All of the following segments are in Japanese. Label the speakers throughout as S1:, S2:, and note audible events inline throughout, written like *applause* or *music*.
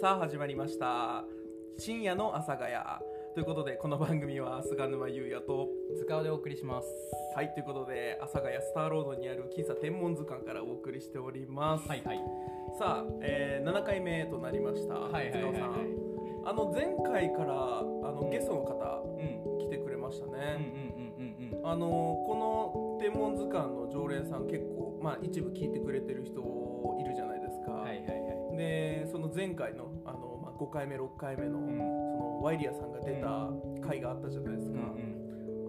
S1: さあ始まりました深夜の阿佐ヶ谷ということでこの番組は菅沼優也と
S2: 塚尾でお送りします
S1: はいということで阿佐ヶ谷スターロードにある喫茶天文図鑑からお送りしております、
S2: はいはい
S1: さあ、えー、7回目となりました、
S2: はいはいはい
S1: 塚尾
S2: はい
S1: さんあの前回からあの、
S2: うん
S1: ゲストの方
S2: うんうん
S1: 来てくれました
S2: うん
S1: ね、
S2: うんうんうん
S1: あのこの天文図鑑の常連さん結構まあ一部聞いてくれてる人いるじゃないですか、
S2: はいはいはい
S1: でその前回のあの、まあ、5回目6回目の,、
S2: うん
S1: そのワイリアさんが出た回があったじゃないですか、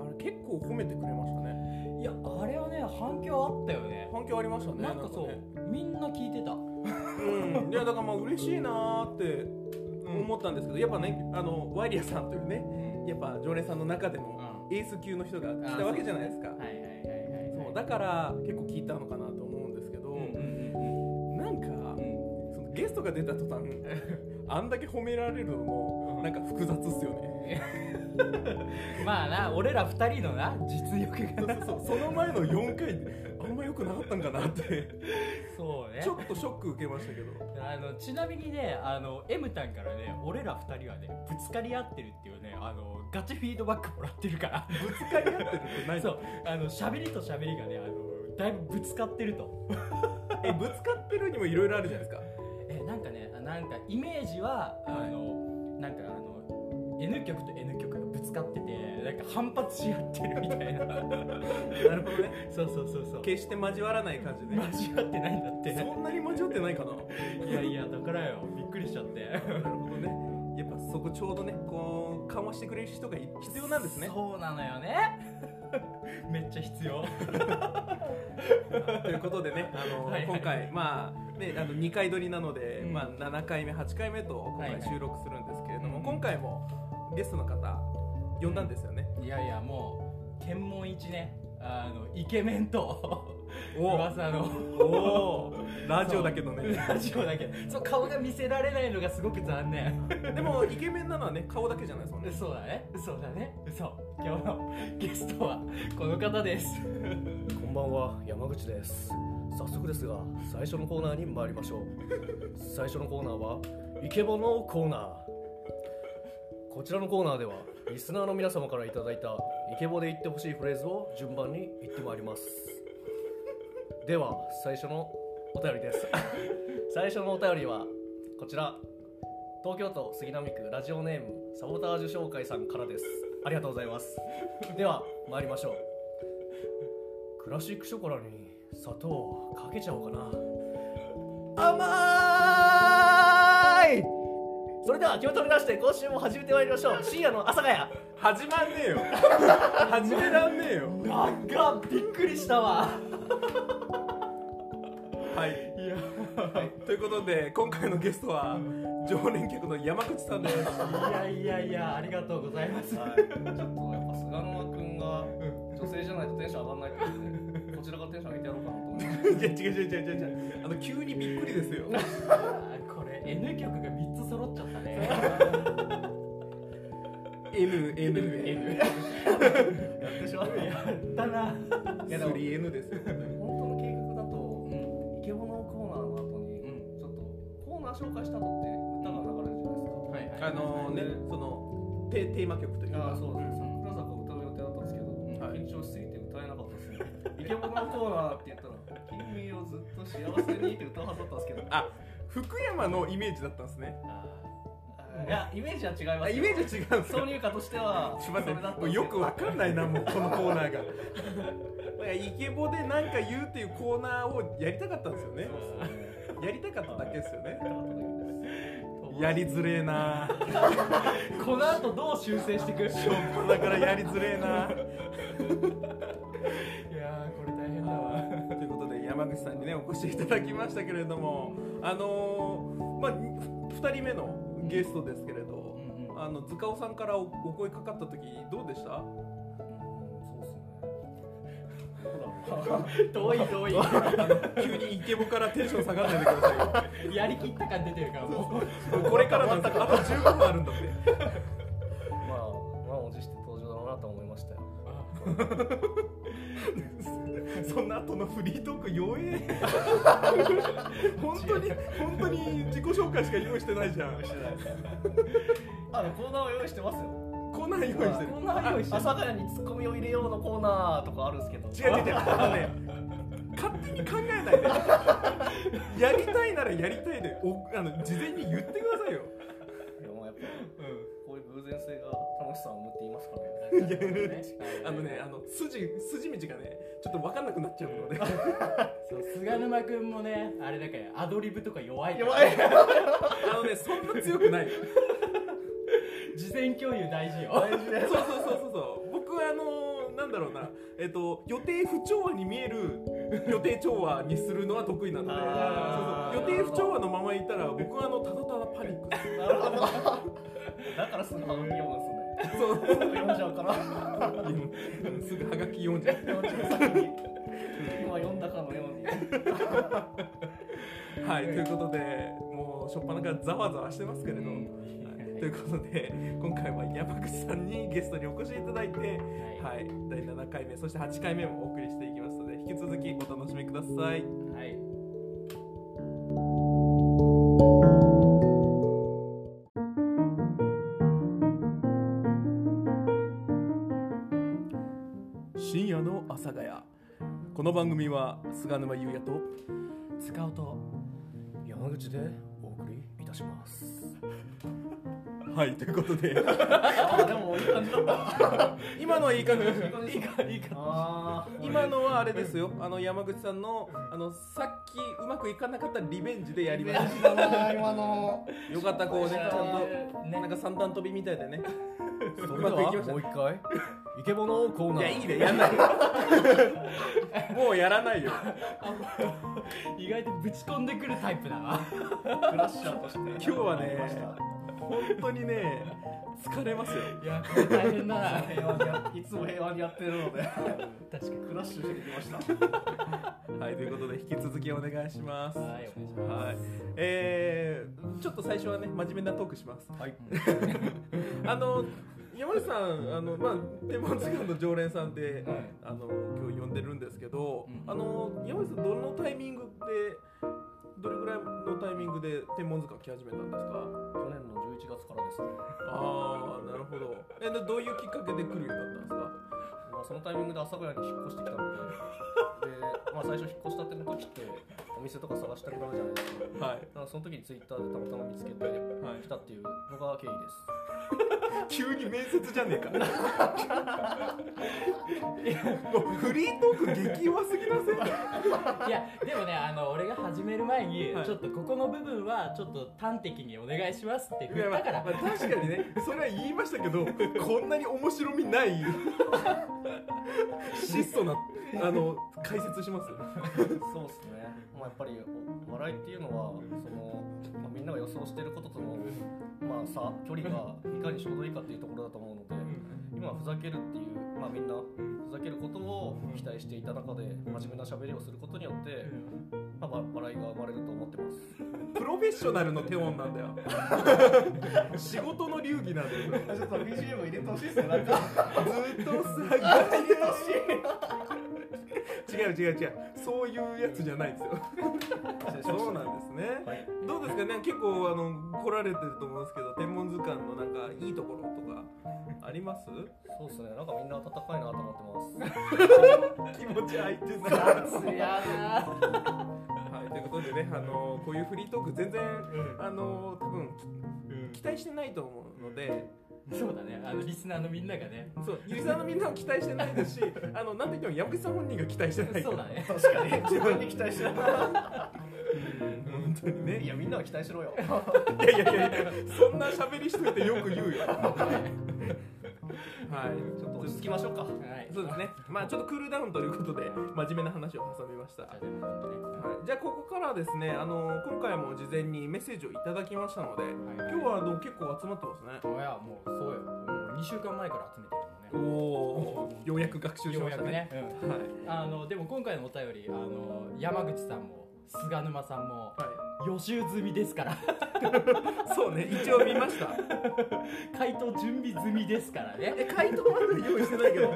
S1: あれ結構褒めてくれましたね
S2: いやあれはね反響あったよね
S1: 反響ありましたね
S2: なんかそう、
S1: ね
S2: みんな聞いてたう
S1: うん、いやだからまあ嬉しいなーって
S2: ん
S1: 思ったんですけどやっぱねあのワイリアさんというね
S2: ん
S1: やっぱ常連さんの中でも
S2: は
S1: エース級の人が来たわけじゃないですか
S2: いはいはいはい
S1: そうだから結構聞いたのかなと思うんですけど、
S2: うんうん
S1: なんか、
S2: うんうん
S1: そのゲストが出た途 *laughs* 端あんだけ褒められるのもなんか複雑っすよね
S2: まあな俺ら二人のな実力がな
S1: そうその前の4回あんま良くなかったんかなって
S2: そうね
S1: ちょっとショック受けましたけど
S2: あのちなみにねあの M タンからね俺ら二人はねぶつかり合ってるっていうねあのガチフィードバックもらってるから
S1: ぶつかり合ってるって何
S2: そうあの喋りと喋りがねあのだいぶぶつかってると
S1: えぶつかってるにもいろいろあるじゃないですか
S2: えなんかねあなんかイメージはあの、なんかあの N 曲と N 曲がぶつかっててなんか反発し合ってるみたい
S1: *laughs*
S2: な
S1: なるほどね
S2: そうそうそう *laughs* そう
S1: 決して交わらない感じで
S2: 交わってないんだって
S1: そんなに交わってないかな
S2: いやいやだからよびっくりしちゃって
S1: なるほどねやっぱそこちょうどねこう緩和してくれる人が必要なんですね
S2: そうなのよね *laughs* めっちゃ必要
S1: ということでねあの、
S2: はいはい
S1: 今回まあねあの2回撮りなので、
S2: うん
S1: まあ、7回目8回目と今
S2: は
S1: 回
S2: いはい
S1: 収録するんですけれども、
S2: うん
S1: 今回もゲストの方呼んだんですよね、
S2: いやいやもう天文一ねあのイケメンと
S1: お
S2: 噂の
S1: おーラジオだけどね
S2: ラジオだけどそう顔が見せられないのがすごく残念
S1: でもイケメンなのはね顔だけじゃないですもんね
S2: そうだねそうだねそう今日のゲストはこの方です
S3: こんばんは山口です早速ですが最初のコーナーに参りましょう最初のコーナーはイケボのコーナーこちらのコーナーではリスナーの皆様からいただいたイケボで言ってほしいフレーズを順番に言ってまいりますでは最初のお便りです *laughs* 最初のお便りはこちら東京都杉並区ラジオネームサボタージュ紹介さんからですありがとうございますでは参りましょうクラシックショコラに砂糖をかけちゃおうかな甘いそれでは気を取り出して今週も始めてまいりましょう深夜の阿佐ヶ谷
S1: 始まんねえよ始めらんねえよ
S2: 長っびっくりしたわ
S1: はい、
S2: いや
S1: ということで今回のゲストは常連客の山口さんです
S2: いやいやいやありがとうございます
S3: はい、ちょっとやっぱ菅沼君が女性じゃないとテンション上がらないということでこちらがテンション上げてやろうかなと思いま
S1: い
S3: す
S1: や違う違う違う違う違うあの急にびっくりですよ
S2: これ N 曲が3つ揃っちゃったね
S1: NNN3N
S2: N
S3: やってしまういや
S2: だな
S1: ですよ
S3: 本当の計画だ
S2: う
S3: と
S2: ん
S3: イケボのコーナーの後に
S2: うん
S3: ちょっとコーナー紹介した後って歌が流れるじゃないですか
S2: はいはい
S1: あのねそのテテーマ曲という
S3: あ
S1: か
S3: あそう
S2: う
S3: で
S2: ん
S3: す、桜坂を歌う予定だったんですけど、
S1: はい
S3: 緊張しすぎて歌えなかったですね *laughs* イケボのコーナーって言ったら「君をずっと幸せに」って歌うはずだったんですけど
S1: あ福山のイメージだったんですね
S3: いやイメージは違いま
S1: あ
S3: す
S1: イ
S3: よ
S1: メージ違うんですか
S3: 挿入歌としては
S1: *laughs* すいません
S3: それだった
S1: も
S3: で
S1: う
S3: すけど
S1: よくわかんないなもうこのコーナーがだ *laughs* からイケボで何か言うっていうコーナーをやりたかったんですよね
S3: そうですね
S1: やりたかっただけですよね
S3: 歌だっただけです
S1: やりづれえな
S2: この後どう修正してくいや
S1: だからやりづれえな
S2: ーこれ大変だ
S1: *laughs*
S2: わ
S1: ということで山口さんにねお越しいただきましたけれどもあのーまあ2人目のゲストですけれど、あの塚尾さんからおお声かかった時どうでした
S2: 遠い遠い
S1: 急にイケボからテンション下がらないでくださいよ
S2: やりきった感出てるからもう
S1: もうこれからなんだあと15分あるんだって
S3: まあ満を持して登場だなと思いましたよ
S1: そんな後のフリートーク弱え本当に本当に自己紹介しか用意してないじゃん
S3: *laughs* あのコーナーは用意してますよ
S1: コーナー用意してる
S2: こんな用意して
S3: 阿佐ヶ谷にツッコミを入れようのコーナーとかあるんですけど
S1: 違う違う違うあのね勝手に考えないでやりたいならやりたいでおあの事前に言ってくださいよ
S3: いやもうやっぱこういう偶然性が楽しさを生むって言いますからね
S1: あのねあの筋筋道がねちょっと分かんなくなっちゃうので
S2: そう菅沼君もねあれだからアドリブとか弱いから
S3: 弱い
S1: あのねそんな強くない
S2: 事前共有大事よ
S1: そうそうそうそうそう僕はあのーなんだろうなえっと予定不調和に見える予定調和にするのは得意なので
S3: あー
S1: そうそう予定不調和のままいたら僕はあのただただパニックで
S3: なるほど *laughs* だからすぐハガキ読むんですね
S1: すそう
S3: 読んじゃうから
S1: うんすぐハガキ読んじゃう
S3: 読んじゃう先に今読んだかのように
S1: はいということでもう初っ端からざわざわしてますけれど、はいということで今回は山口さんにゲストにお越しいただいて、
S2: は
S1: はい、第7回目そして8回目もお送りしていきますので引き続きお楽しみください。
S2: いはい
S1: 深夜の阿佐ヶ谷この番組は菅沼優也と
S2: 使うと
S3: 山口でお送りいたします
S1: はいということで
S3: あでもいい感じだった
S1: *laughs* 今のはいい感じです
S3: いいかいいかあー
S1: 今のはあれですよあの山口さんのあのさっきうまくいかなかったリベンジでやりまし
S3: 今の
S1: たよかったこうねちゃんと
S2: ね
S1: なんか三段跳びみたいでね
S3: そ
S1: れ
S3: れ
S1: で
S3: で
S1: は
S3: はもう一回イケボのコー
S1: い
S3: ナー
S1: やいいねやんないもうやらないよ
S2: 意外とぶち込んでくるタイプだな
S3: クラッシャーとして今
S1: 日はね本当にね疲れますよ
S2: いやこれ大変だな
S3: 平和にやいつも平和にやってるの
S2: 確
S3: で
S2: か
S3: クラッシュしてきました
S1: はいということで引き続きお願いします
S2: にはいお願いします
S1: はいえー、ちょっと最初はね真面目なトークします
S3: はい
S1: あの山口さんあのまあ天文図鑑の常連さんで、
S2: はい
S1: あの今日呼んでるんですけど、
S2: うん
S1: あの山口さんどのタイミングでどれぐらいのタイミングで天文図鑑来始めたんですか
S3: 去年の11月からですね、
S1: ああなるほどえでどういうきっかけで来るようになったんですか
S3: まあ、そのタイミングで朝倉に引っ越してきたのでで、まあ、最初引っ越したての時ってお店とか探したくなるじゃないですかだ
S1: はい
S3: からその時にツイッターでたまたま見つけて来
S1: はい
S3: たっていうのが経緯です
S1: 急に面接じゃねえか *laughs* もうフリートーク激弱すぎません
S2: いやでもねあの俺が始める前に、
S1: はい
S2: ちょっとここの部分はちょっと端的にお願いしますって
S1: い
S2: 言
S1: や
S2: っ
S1: ま
S2: た
S1: あ
S2: から
S1: まあ確かにねそれは言いましたけどこんなに面白みない *laughs* 質素なあの解説します
S3: そうですね、まあ、やっぱりお笑いっていうのはその、まあ、みんなが予想していることとの、まあ、差距離がいかにちょうどいいかっていうところだと思うので今はふざけるっていう、まあ、みんなふざけることを期待していた中で真面目な喋りをすることによって、まあ、わ笑いが生まれると思ってます
S1: プロフェッショナルの手音なんだよ仕事の流儀なんだよ
S3: *laughs* ちょっと BGM 入れてほしいですねなんか
S1: ずっとさ違う違う違うそういうやつじゃないですよそうなんですね、
S3: はい
S1: どうですかね結構あの来られてると思うんですけど天文図鑑のなんかいいところとかあります
S3: そうですねなんかみんな温かいなと思ってます
S1: 気持ち空いてさ
S2: いやな
S1: はい、ということでね、あのこういうフリートーク全然、あの多分き期待してないと思うので、
S2: そうだねあのリスナーのみんながね
S1: そうゆりさんのみんなも期待してないですし、あのなんといっても山口さん本人が期待してないか
S2: そ
S1: ら
S2: うだね
S3: 確かに自分に期待してな
S1: 本当にね。
S3: *laughs* い
S1: い
S3: やみんなは期待し *laughs* ろよ
S1: やいやいやいや、そんな喋りしといてよく言うよ。はい、ちょっと
S3: 落ち着きましょうか
S2: はい
S1: そうですね。まあちょっとクールダウンということで、真面目な話を挟みました。
S2: じ
S1: は
S2: ゃ
S1: い
S2: あでもね
S1: じゃあここからはですね、あの今回も事前にメッセージをいただきましたので、
S2: はい
S1: 今日はあの結構集まってますね。
S2: いやもうそうよもう2週間前から集めて
S1: お
S2: る
S1: おー、ようやく学習
S2: のね
S1: し
S2: よ
S1: ま
S2: う
S1: し
S2: や
S1: た
S2: く
S1: ね。
S2: ね、
S1: はい。
S2: うんあのでも今回のお便りあの山口さんも菅沼さんも
S1: は
S2: 予習済みですから *laughs*
S1: い、そうね、一応見ました。
S2: 回答準備済みですからね
S1: え、回答まで用意してないけど。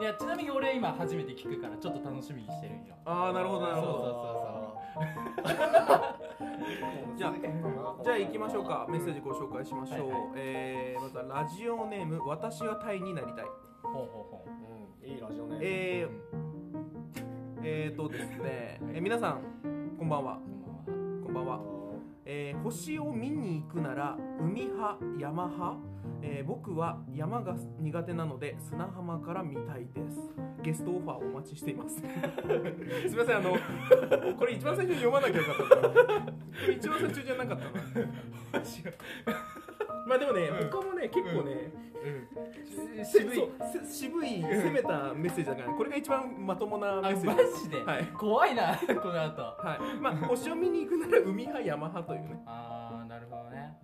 S2: いやちなみに俺今初めて聞くからちょっと楽しみにしてるんよ
S1: *laughs* ああなるほどなるほ
S2: そうそう
S1: どじゃあじゃあ行きましょうかメッセージご紹介しましょう、
S2: はいはい
S1: えーまずはラジオネーム「私はタイになりたい
S2: ほうほうほう
S3: うんいいラジオね」
S1: え
S2: う
S1: ー、
S2: ん
S1: えーとですね、えー皆さんこんばんは
S2: こんばんは
S1: こんばんは、えー星を見に行くなら海派山派、えー僕は山が苦手なので砂浜から見たいですゲストオファーお待ちしてい *laughs* ますすみませんあのこれ一番最初に読まなきゃよかったな *laughs* これ一番最初じゃなかったなまあでもね、
S2: うん
S1: 他もね結構ね、
S2: うん
S1: せ
S2: 渋い
S1: そうせ渋い攻めたメッセージだから、ね、これが一番まともなメ
S2: あマ
S1: ッセージ
S2: ジで、
S1: *laughs* はい
S2: 怖いな *laughs* この後
S1: はいまあ星を見に行くなら海派山派というね
S2: ああなるほどね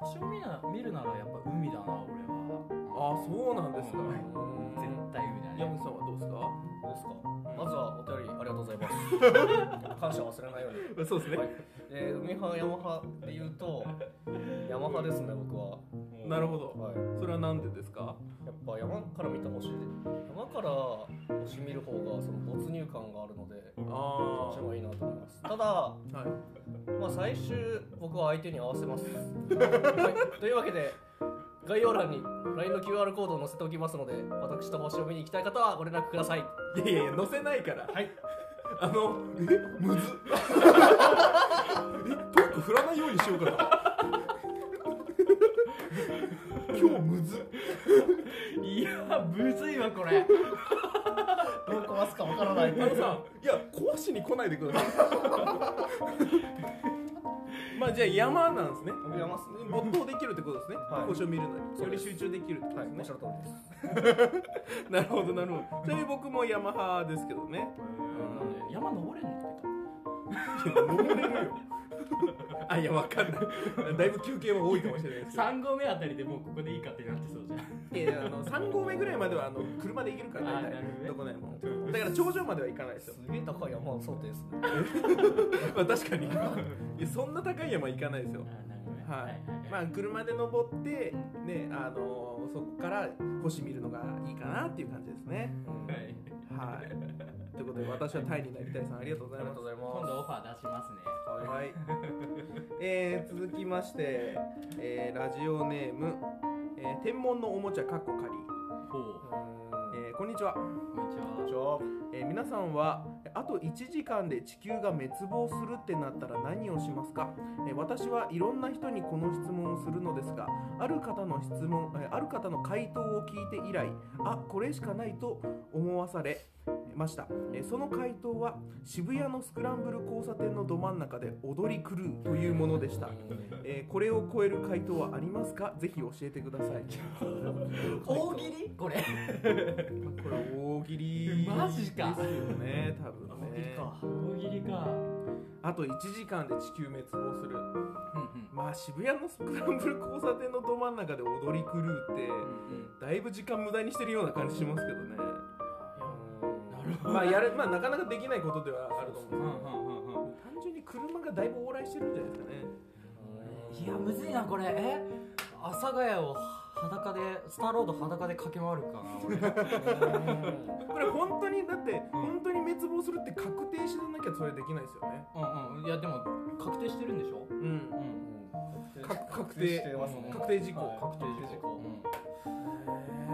S2: 星を見な見るならやっぱ海だな俺は
S1: ああそうなんですか、
S2: うん
S1: うん
S2: 絶対海だね
S1: 山口さんはどうですか
S3: どうですかまずはお便りありがとうございます *laughs* 感謝忘れないように
S1: そうですね、
S3: はい、えー海派山派で言うと山派ですね僕は、
S1: なるほど
S3: はい、
S1: それはなんでですか
S3: やっぱ山から見た星山から星見る方がその没入感があるので
S1: ああ
S3: そっちの方がいいなと思いますただ、ま
S1: はい
S3: あ、最終僕は相手に合わせます、はい、というわけで概要欄に LINE の QR コードを載せておきますので私と星を見に行きたい方はご連絡ください
S1: いやいやいや載せないから
S3: はい
S1: *laughs* あのえむずっ *laughs* えトーク振らないようにしよう
S3: *laughs*
S1: かな今日むずっ
S2: いやむずいわこれ
S3: どう壊すかわからない
S1: あのさんいや壊しに来ないでください *laughs* まあじゃあ山なんですね
S3: 僕山っすね
S1: 没頭できるってことですね、
S3: はい
S1: 星を見るなり
S3: そ
S1: より
S3: うです
S1: 集中できるってこと
S3: はいお
S1: で
S3: っ
S1: す
S3: し
S1: ね
S3: ゃ、る通りです
S1: なるほどなるほどちなみに僕も山派ですけどね
S2: 山登れんのってか
S1: いや登れるよ *laughs* あいやわかんないだいぶ休憩は多いかもしれないですけど
S2: 3合目あたりでもうここでいいかってなってそう *laughs* じゃん
S1: いやあの3合目ぐらいまではあの車で行けるから
S2: あ
S1: 大
S2: ーな
S1: 体
S2: るほどね
S1: どこでもだから頂上までは行かないですよ、
S3: すげえ高い山を想定ですね
S1: *laughs* まあ、確かにいやそんな高い山行かないですよ
S2: あなるほどね
S1: はいま
S2: は
S1: あ
S2: い
S1: 車で登って
S2: う
S1: ねあのそこから星見るのがいいかなっていう感じですね
S2: はい
S1: はいということで私はタイになりたいさんありがとうご
S3: あ
S1: ざい
S3: りが
S1: ま *laughs*
S3: と
S1: す
S3: うござい
S2: 今
S3: ます
S2: 度オファー出しますね
S1: はい、えー続きまして、えーラジオネーム、えー天文のおもちゃかっこかり、
S2: ほう
S3: え
S1: えーこんにちは、
S2: こんにちは
S3: ーじゃあ
S1: えー皆さんはあと1時間で地球が滅亡するってなったら何をしますか、えー私はいろんな人にこの質問をするのですがある方の質問、えーある方の回答を聞いて以来あこれしかないと思わされました、えーその回答は渋谷のスクランブル交差点のど真ん中で踊り狂うというものでしたえーこれを超える回答はありますかぜひ教えてください
S2: 大喜利こ
S1: こ
S2: れ
S1: れ大喜利
S2: マジか
S1: ですよね多分ね
S2: 大喜利か
S1: あと1時間で地球滅亡する
S2: うんうん
S1: まあ渋谷のスクランブル交差点のど真ん中で踊り狂うって
S2: うん
S1: だいぶ時間無駄にしてるような感じしますけどね
S2: なるほど
S1: まあやるまあなかなかできないことではあると思うんですけ
S2: う
S1: ど
S2: んうんうんうん
S1: 単純に車がだいぶ往来してるんじゃないですかね
S2: いやむずいなこれえ阿佐ヶ谷を裸でスターロード裸で駆け回るかな俺
S1: これ本当にだって本当に滅亡するって確定しなきゃそれできないですよね
S2: うんうんいやでも確定してるんでしょ
S1: うん
S2: ん
S1: か確定
S3: してますね
S1: 確定事項
S3: は
S2: 確
S3: い
S2: 定事項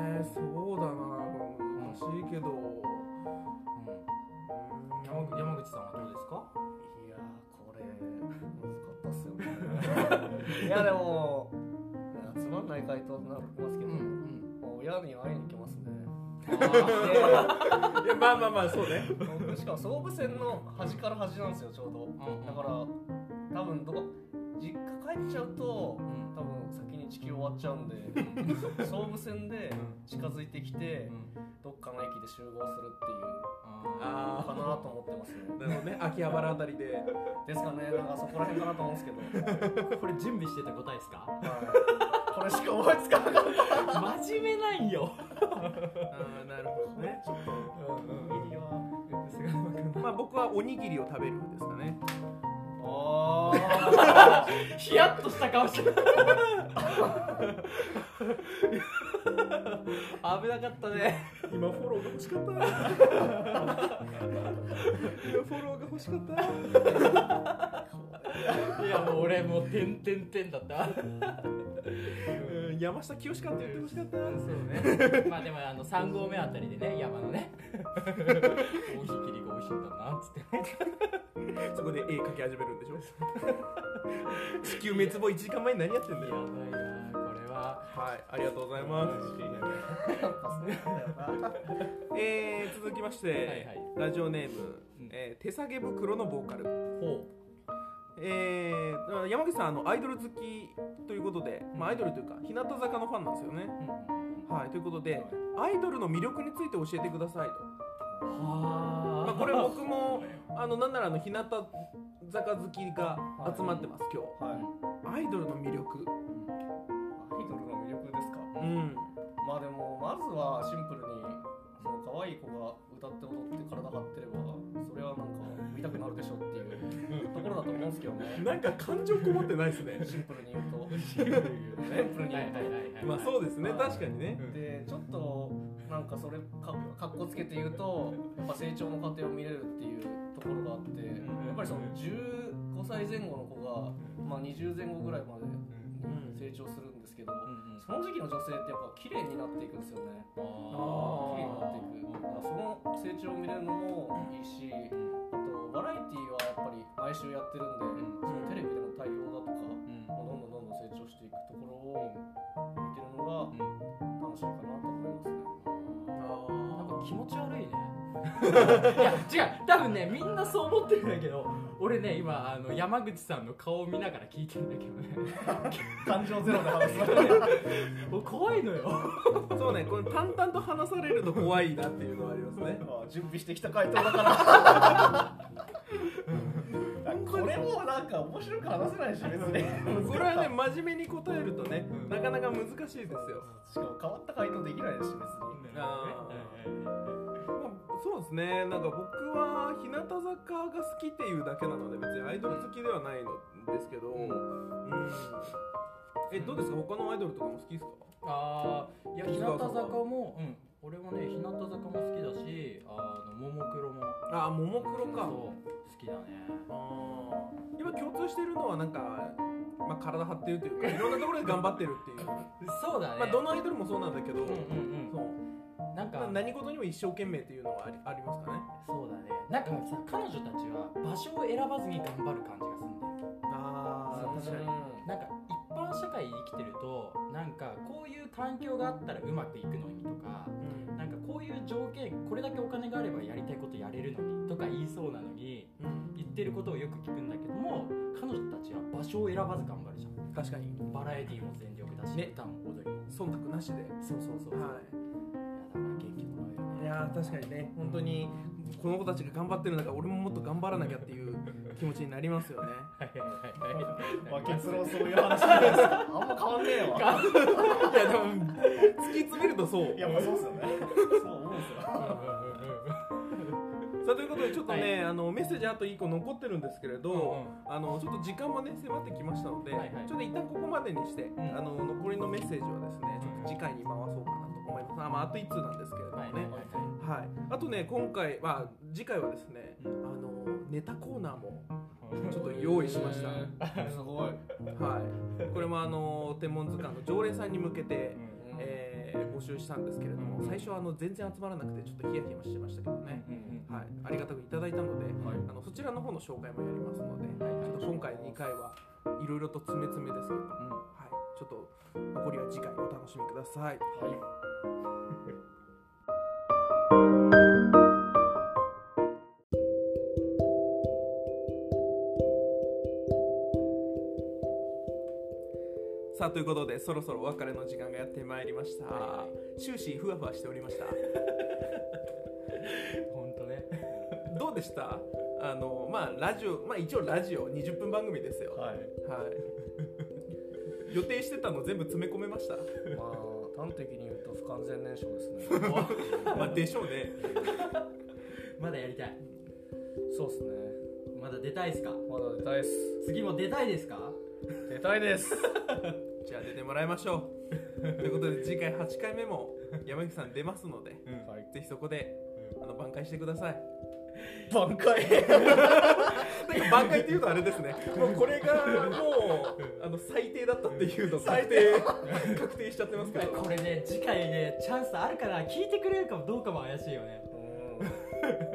S1: えー、そうだなこれ難しいけど、
S2: うん山口山口さんはどうですか
S3: いやーこれ難かったっすよ *laughs* ねいやでもつまんない回答になりますけど、
S2: ん
S3: もう親に会いに行きますね *laughs*
S2: あ
S1: いやまあまあまあそうね
S3: 僕しかも総武線の端から端なんですよちょうど
S2: ー *laughs* うん
S3: だから多分どこ実家帰っちゃうと
S2: うん
S3: 多分先に地球終わっちゃうんで *laughs* そ総武線で近づいてきて
S2: うん
S3: どっかの駅で集合するっていう
S2: あ
S1: あ
S3: のかなと思ってますね
S1: なるほどね秋葉原あたりで
S3: ですかねなんかそこら辺かなと思うんですけど、
S2: ーこれ準備してた答えですか
S3: はい、これしか思いつかなかった
S2: 真面目なんよ
S1: ああなるほどね
S3: ちょっと、うん、いいわ
S2: 菅沼君
S1: まあ僕はおにぎりを食べるですかね
S3: あ
S2: ヒヤッとした顔してる危なかったね
S1: 今フォローが欲しかった今フォローが欲しかった
S2: いやもう俺もう点点点だった
S1: うん山下清かって言ってほしかった
S2: そうねまあでもあの3合目あたりでね山のね *laughs* 大ひきりが美味しいんだなっつって
S1: そこで絵描き始めるん *laughs* でしょ地球滅亡1時間前に何やってんだ
S2: やば
S1: よ
S2: いなこれは
S1: はいありがとうございますえー、続きまして、
S2: はいはい
S1: ラジオネーム、
S2: うん
S1: えー手提げ袋のボーカル
S2: ほ
S1: えー、山口さんあのアイドル好きということで、まあ、アイドルというか日向坂のファンなんですよね
S2: う、
S1: はいということでアイドルの魅力について教えてくださいと、
S2: は
S1: まあ、これ僕もあのなんならあの日向坂好きが集まってます今
S3: はい
S1: 日アイドルの魅力
S3: アイドルの魅力ですか
S1: うん
S3: まあでもまずはシンプルにその可愛い子が歌って踊って体張ってればそれはなんか見たくなるでしょっていうところだと思うんですけどね
S1: なんか感情こもってないですね
S3: シンプルに言うと
S2: シンプルに言うと
S3: シンプルに
S2: は
S3: 言
S2: いうはいはいは
S1: *laughs*
S2: い
S1: まあそうですね
S3: はい
S1: 確かにね
S3: とでちょっとなんかそれかかっこつけて言うとやっぱ成長の過程を見れるっていうところがあってやっぱりその15歳前後の子が、まあ、20前後ぐらいまで
S1: うん
S3: 成長するんですけど
S2: うんうん
S3: その時期の女性ってやっぱ綺麗になっていくんですよね綺麗になっていくだからその成長を見れるのもいいしあとバラエティーはやっぱり毎週やってるんで、
S2: うん
S3: そのテレビでの対応だとか、
S2: うん
S3: もうどんどんどんどん成長していくところを見てるのが楽しいかなと思いますね
S2: なんか気持ち
S1: *laughs*
S2: 悪いねいや違う多分ねみんなそう思ってるんだけど俺ね今あの山口さんの顔を見ながら聞いてんだけどね
S3: 感情ゼロで話すの *laughs*
S2: もう怖いのよ
S1: *laughs* そうねこれ淡々と話されると怖いなっていうのはあります *laughs* ね
S3: 準備してきた回答だからこれもなんか面白く話せないし別に
S1: これはね真面目に答えるとね
S2: うん
S1: なかなか難しいですよ
S3: しかも変わった回答できないですし別に
S1: あまあそうですねなんか僕は日向坂が好きっていうだけなので別にアイドル好きではないのですけど、うんえどうですか他のアイドルとかも好きですか
S2: あーいや
S1: 木
S2: 日
S1: 川
S2: 向
S1: さんは
S2: 坂も、うん、俺もね日向坂も好きだしあのももクロも
S1: ああももクロか
S2: そう好きだね
S1: あー今共通してるのはなんか、まあ、体張ってるというかいろんなところで頑張ってるって *laughs* いう
S2: そうだね、
S1: まあどのアイドルもそうなんだけど、
S2: うんうんうん
S1: そう
S2: なん
S1: ま
S2: か
S1: あ何事にも一生懸命っていうのはありありますかね
S2: そうだねなんかさ彼女たちは場所を選ばずに頑張る感じがするんだよ
S1: あ
S2: ー確かになんか一般社会で生きてるとなんかこういう環境があったらうまくいくのにとかなんかこういう条件これだけお金があればやりたいことやれるのにとか言いそうなのに
S1: うん、
S2: 言ってることをよく聞くんだけども彼女たちは場所を選ばず頑張るじゃん
S1: 確かに
S2: バラエティーも全力だし、
S1: ね
S2: 歌も踊りも
S1: 忖度なしで
S2: そうそうそう、い、やだか
S1: は
S2: ら元気もらうよ
S1: いい
S2: ね
S1: やー確かにね本当にこの子たちが頑張ってる中俺ももっと頑張らなきゃっていう気持ちになりますよね
S2: はいはいはい
S3: まあ結論そういう話なんですか *laughs* あんま変わんねえ
S1: *laughs*
S3: わ
S1: いやでも突き詰めるとそう
S3: やっぱそうっすよねそう思うんですよ
S1: さあということでちょっとね、あのメッセージあと1個残ってるんですけれど、
S2: うん
S1: あのちょっと時間もね迫ってきましたので、
S2: はいはい
S1: ちょっと一旦ここまでにして、
S2: ん
S1: あの残りのメッセージはですねちょっと次回に回そうかなと思います、あまあ、あと1通なんですけれども
S2: は
S1: ね、
S2: いはいはいはい
S1: はい、あとね今回、まあ、次回はですね、
S2: う
S1: あのネタコーナーもちょっと用意しました、
S3: すごい、
S1: はい、これもあの天文図鑑の常連さんに向けて、えー募集したんですけれども、
S2: うん
S1: 最初はあの全然集まらなくてちょっとヒヤヒヤしてましたけどね、
S2: うん
S1: はい、ありがたくいただいたので、
S3: はい
S1: あのそちらの方の紹介もやりますので、
S2: はいはい
S1: ちょっと今回2回はいろいろと詰め詰めですけど、はい、ちょっと残りは次回お楽しみください。
S3: はい
S1: さあということでそろそろお別れの時間がやってまいりました、
S2: は
S1: 終始ふわふわしておりました *laughs*
S2: 本当ね *laughs*
S1: どうでしたあのまあラジオまあ一応ラジオ20分番組ですよ
S3: はい
S1: はい予定してたの全部詰め込めました
S3: まあ端的に言うと不完全燃焼です *laughs* ね
S1: まあでしょうね
S2: まだやりたい
S3: そうっすね
S2: まだ出たいですか
S3: まだ出たいっす
S2: 次も出たいですか
S3: 出たいです
S1: じゃあ出てもらいましょうということで次回8回目も山口さん出ますので
S2: うん
S3: はい
S1: ぜひそこであの挽回してください *laughs*
S3: 挽回
S1: なんか挽回っていうとあれですねもうこれがもうあの最低だったっていうの最低 *laughs* 確定しちゃってますけど
S2: これね次回ねチャンスあるかな聞いてくれるかもどうかも怪しいよね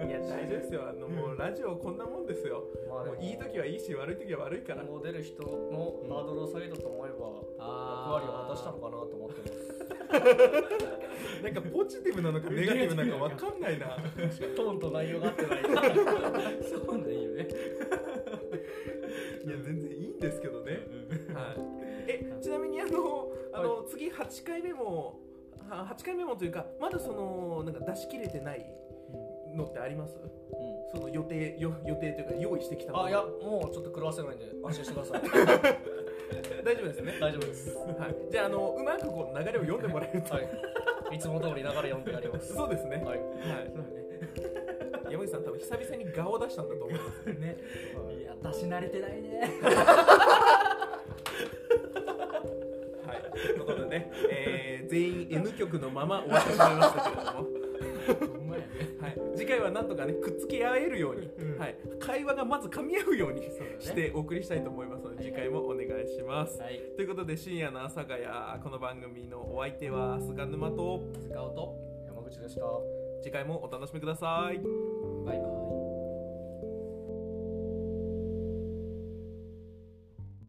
S1: いや大丈夫ですよあのもうラジオこんなもんですよ
S3: まあで
S1: も
S3: も
S1: ういい時はいいし悪い時は悪いから
S3: 今後出る人のハードルを下げたと思えば役割を果たしたのかなと思ってます
S1: なんかポジティブなのかネガティブなのかわかんないな
S3: トーンと内容が合って *laughs* ない
S2: そうなんよね
S1: いや全然いいんですけどね、はい、えちなみにあのあの、次8回目もは8回目もというかまだそのなんか出し切れてないのってありますその予定よ予定というか用意してきたもの
S3: あいやもうちょっと狂わせないんで安心してくだ *laughs* さい
S1: 大丈夫ですね、
S3: 大丈夫です
S1: はい、じゃああのうまくこう流れを読んでもらえると、
S3: はいいつも通り流れ読んでやります
S1: そうですね、
S3: は
S1: は
S3: い
S1: はい、山口さん多分久々に顔を出したんだと思います
S2: ねいや出し慣れてないね
S1: はいということでね、えー全員 N 曲のまま終わってしまいましたけれども
S2: ほんまやね
S1: はい、次回はなんとかねくっつけ合えるように、
S2: うん
S1: はい、会話がまず噛み合うように
S2: *laughs* そうだね
S1: してお送りしたいと思いますので次回もお願いします。
S2: はい
S1: ということで深夜の朝がやこの番組のお相手は菅沼と
S2: 使うと
S3: 山口でした
S1: 次回もお楽しみください。
S2: バイバイ